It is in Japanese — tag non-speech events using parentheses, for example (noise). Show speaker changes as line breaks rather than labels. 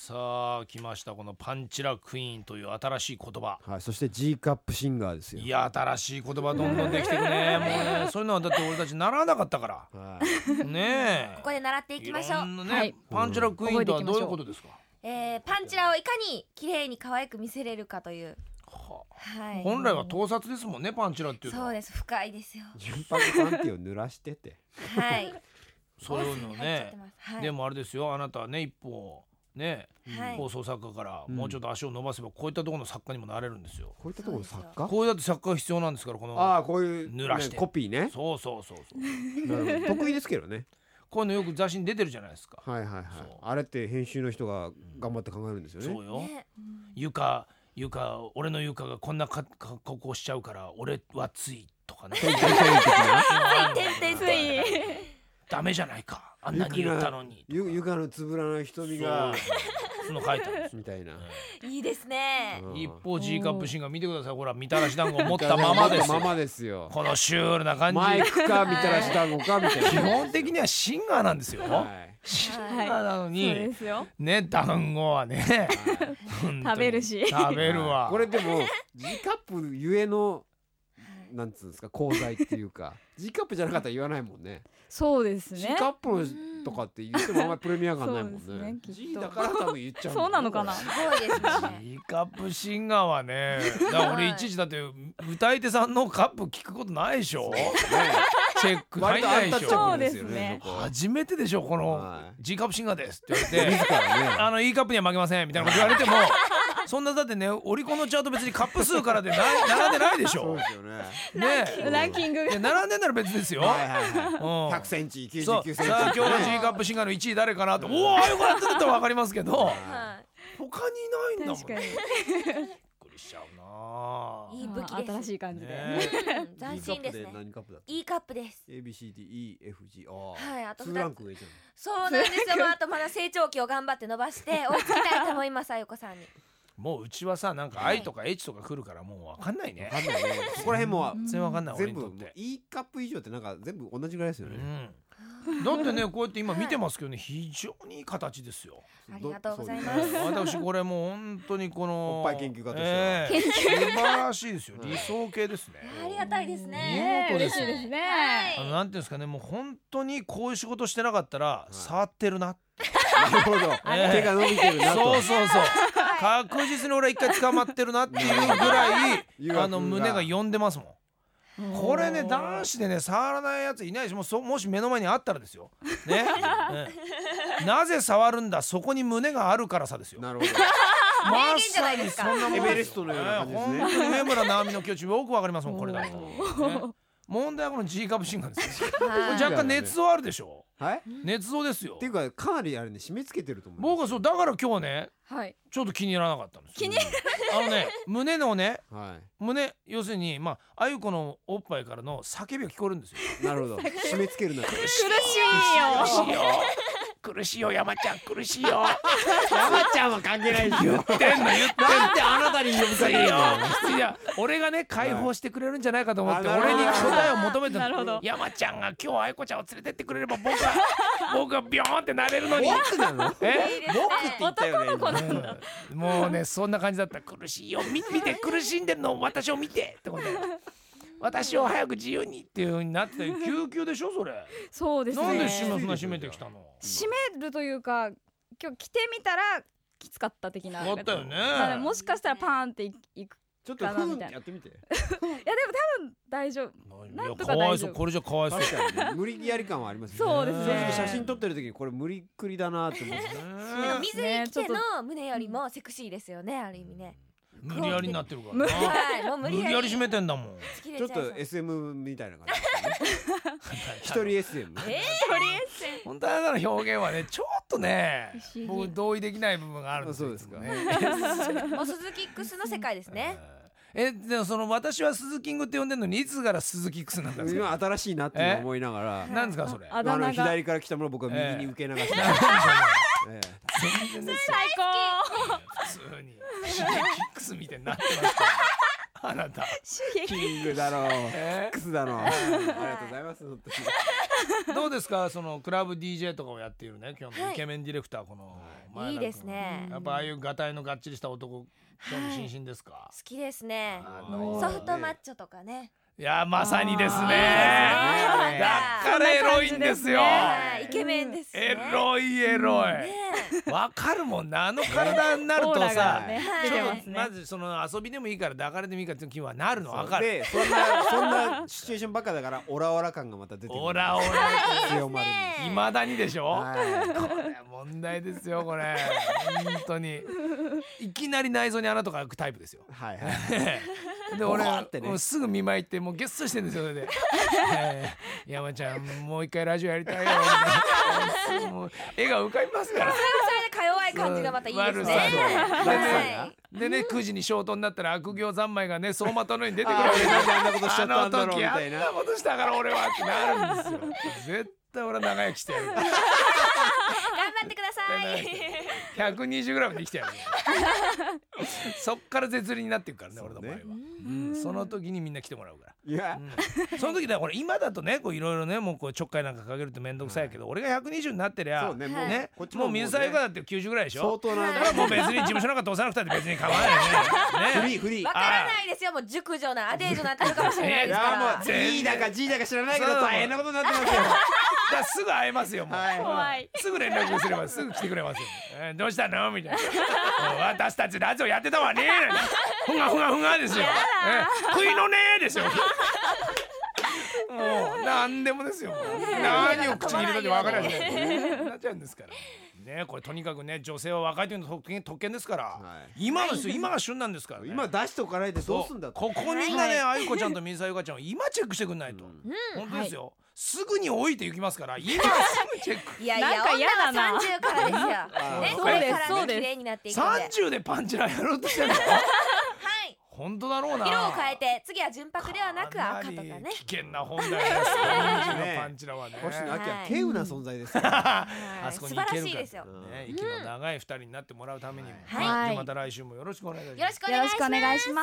さあ来ましたこのパンチラクイーンという新しい言葉
はい、そして G カップシンガーですよ
いや新しい言葉どんどんできてく
(laughs)
ねもうねそういうのはだって俺たち習わなかったから
はい
ねえ
ここで習っていきましょう
いろんなね、
はい
パンチラクイーンとはどういうことですか、
えーパンチラをいかに綺麗に可愛く見せれるかという
は
はい
本来は盗撮ですもんねパンチラっていうの
そう
は
です深いですよ
順番にパンティを濡らしてて
(laughs)
はい
そういうの
入っちゃっ
ね
てますはい
でもあれですよあなたはね一歩ね、
はい
放送作家から
うん
もうちょっと足を伸ばせばこういったところの作家にもなれるんですよ、
こういったところの作家
こうやって作家が必要なんですからこの
ああこういう、
濡らして
コピーね
そうそうそうそう
なるほど得意ですけどね
こういうのよく雑誌に出てるじゃないですか、
はいはいはい
そう
あれって編集の人が頑張って考えるんですよね
そうよ、 (laughs)
ね
床床俺の床がこんなか格好しちゃうから俺はついとかね
てんてんてん
つい
ダメじゃないかあんなに言ったのに
ゆ床のつぶらない瞳が
その書いたんです
みたいな、
いいですね
うん
一方 G カップシンガー見てくださいほらみたらし団子を持ったままです
持ったまま
よ
ですよ
このシュールな感じ
マイクかみたらしたのかみたいな
基本的にはシンガーなんですよ
はい
シンガーなの
そうで
に
すよ
ね団子はね本当に
食べるし
食べるわ
これ (laughs) でも G カップゆえのなんつうんですか功罪っていうか G カップじゃなかったら言わないもんね
そうですね
C カップのとかって言ってもあんまりプレミア感ないも
そうですね
んね
きっと
G だから多分言っちゃう
そうなのかな
こ
すごいですね
G カップシンガーは
(laughs)
ねだから俺いちいちだって歌い手さんのカップ聞くことないでしょ
れね
チェック入
割
ん
と
ない
アン
で
タ
し
ッチャ
ょ
ブルですよねそこ
初めてでしょこの
はい
G カップシンガーですって言われて
(laughs) 自らね
あの E カップには負けませんみたいなこと言われてもそんなだってねオリコンのチャート別にカップ数からでな並んでないでし
そ
ょ
うですよね
ね
ランキング
えいや並んでんなら別ですよ、
はいはいはい
うん
100センチ
そ
99セン
う
チ
さあ今日の G カップシンガーの1位誰かなと、おおよかっただったら分かりますけど他
は
にいないんだもん
確かに
びっくりしちゃうない
い武器です
新しい感じで、
ねえ
うん斬新ですね
何カップだ
いいカップです
ABCDEFG
はい
あ
あ
あ
と
2
二つ
ランク上じゃん
そうなんですよ、まあ、あとまだ成長期を頑張って伸
(laughs)
ばして追いつきたいと思いますあゆこさんに
もううちはさなんか I とか H とか来るからもう分かんないね
わかんないねそこら辺も
全然分かんない俺
全
にと
部
って
E カップ以上ってなんか全部同じぐらいですよね
うん、だってねこうやって今見てますけどね非常にいい形ですよ。
ありがとうございます
どそう
私これもう本当にこの
おっぱい研究家としては
ええ素晴らしいですよ理想形ですね。
ありがたいですね
見事で
嬉
す
しいですね、
は
あの
い
なんていうんですかねもう本当にこういう仕事してなかったら触ってるな、
なるほど
ええ
手が伸びてるなと
そうそうそう確実に俺は一回捕まってるなっていうぐらい
誘惑が
あの胸が呼んでますもん。これね男
子
子でね触らないやついないしもうそもし目の前にあったらですよ。
(laughs)
ねねなぜ触るんだそこに胸があるからさですよ。
なるほど
ま
名言じゃないですか
さにそんなもん
エベレストのような感じですね
ええ本当に上村直美の気持ちよくわかりますもんこれだと、ね問題はこの G カプシンガーですよこれ
はい
若干熱をあるでしょ
はいっ
熱をですよ
ていうかかなりあれね締め付けてると思う
僕はそうだから今日ね
はい
ちょっと気に入らなかったんですよ
気に
あのね胸のね
は
胸要するにまああゆこのおっぱいからの叫びが聞こえるんですよ
いなる
(laughs)
ほど締め付けるなと
苦
苦しいよ
よ苦しいよ山ちゃん苦しいよ
山ちゃんは関係ないですよ
言ってんの言ってんの
なんであなたに呼びか
い
け
や
るの
いや俺がね解放してくれるんじゃないかと思って
はい
俺に答えを求めて
なるほど
山ちゃんが今日愛子ちゃんを連れてってくれれば僕
(laughs)
は僕はビョーンってなれるのに
僕なの
え
僕って言ったよね今
もうねそんな感じだった苦しいよ見見て苦しんでるのを私を見てってことで私を早く自由にっていう風になって
(laughs)
救急でしょそれ
そうですね
なんで島そんな閉めてきたの
締めるというか今日着てみたらきつかった的な
終わったよね
なのでもしかしたらパーンっていいく
ちょっとふんやってみて
いやでも多分大丈夫
い
な
や
ん
か
とか
わ
大
いそ
丈
う
夫
これじゃかわいそう
確かにね無理やり感はありますよね
そうで
ね
す
正直写真撮ってる時にこれ無理っくりだなって思う
でも
ね
水着着ての胸よりもセクシーですよねある意味ね
無理やりになってるから
無
な
はいもう無
無
理
理
や
やり
り
閉めてんだもん
突き
ちょ
出
っ
ちゃいそう
と SM みたいな感じですよね一人 SM
え
本当はだから表現はねちょっとね
不思議
僕同意できない部分があるんですよ
あそうですか
いつも
ーもう鈴木クスの世界ですね
えでもその私は鈴キングって呼んでるのにいつから鈴木クスになったんです
今
か
新しいなっていうのを思いなが
(laughs)
ら
なんですかそれ
あ
あ
だ
の
名が
左から来たものを僕は右に受け流して、ええ
全然ですよ
最高
普通に鈴木クスみたいになってますかあなた。
刺激
キングだろう。
え
クスだろう。ありがとうございます。本当に。
ーどうですかそのクラブ DJ とかをやっているね今日の
はい
イケメンディレクターこの前田君
いいですね
やっぱああいうガタイのがっちりした男興
は
味
い
津々ですか
好。きですね
あ
そ
の
う
ソフトマッチョとかね
いやまさにです
あ
ね。
ーいいですね
だからエロいんですよ。
そんな感じ
はいイケメンですね
エロいエロ
ね
い。わかるもんなあの体になると
オーラ
さ
が。ね
はい
出
ちょっ
てま
と
す
ま
ね
ずその遊びでもいいから抱かれてもいいかっていう気はなるのわかる
で、そんな、そんなシチュエーションばっかだから、オラオラ感がまた出てくる。
オラオラ
強まるんです。
いまだにでしょ、
はい
これ問題ですよこれ本当にいきなり内臓に穴とか開くタイプですよ
はいはい。
で俺
ボコってね
もうすぐ見舞い行ってもうゲッソしてんですよそれ
(laughs)
で「えー山ちゃんもう一回ラジオやりたいよ」 (laughs) もう絵が浮かびますから
それでか弱い感じがまたいいですね
悪さ
そう
はい
でね9時に消灯になったら悪行三昧がね走馬灯のように出てくる
あ
わけですよ
ー俺なんであんなことしちゃ
あ
った
の
んだろう
時
み
あ
たい
ん
な
な。ことしたから俺はってなるんですよ絶対俺は長生きしてやる
頑張ってくださ
出
い
120グラムで生きてやる
(laughs)
そっから絶倫になっていくからね
そう
俺
ね
の場合はうんその時にみんな来てもらうか
いや
ら、うんその時だから今だとねこういろいろねもうこうちょっかいなんかかけると面倒くさいけど俺が120になってりゃ
そうね、も
は
う
い
ね
ね、こっち
も
も
う水
も
沢
う
由
ね
香だって90ぐらいでし
相
ょ
当な
だからもう別に事務所なんか通さなくたって別に構わないよね
(laughs) フ
ね
リーフリー
(laughs) わからないですよもう熟女なアデージョなってるかもしれない
い
ですか
やも
ら
う
全然
G だか G だか知らないけど
そう
大変なことになってますよ
だからすぐ会えますよもう、
はい
怖い
すぐ連絡すればすぐ来てくれますよ、えーどうしたのみたいな (laughs) うん私たちラジオやってたわねふがふがふがですよ、えー、食いのねーですよもう何でもですよ何を口に入れたって分からないですねなっちゃうんですからねこれとにかくね女性は若い時の特権特権ですから、
は
今の人今が旬なんですから、ね、
今出しておかないでどうすんだって
ここみんなね、あゆこちゃんと水沢ゆかちゃんを今チェックしてくんないと、本当ですよ、すぐに置いていきます
(laughs)
から今すぐチェック
いやいや
なんか嫌だ
女
な
は30からですよね
そう
これか
そ
ら
う
ね
で
綺
す
麗になっていくんでは
三十でパンチラやろうとしてるの
(laughs) い
本当だろうな
色を変えて次は純白ではなく赤とか
なり
ね
危険な本だよ30のパンチラはね
星野
は
亜
い
紀は稀有な存在ですから
あそこ
素
に行
晴ら
ける
しい
かっ
です
て
よ
ね息の長い二人になってもらうためにも、
はい
じゃあ
はい
また来週もよろしくお願いします
よろしくお願いします
よろしくお願いしま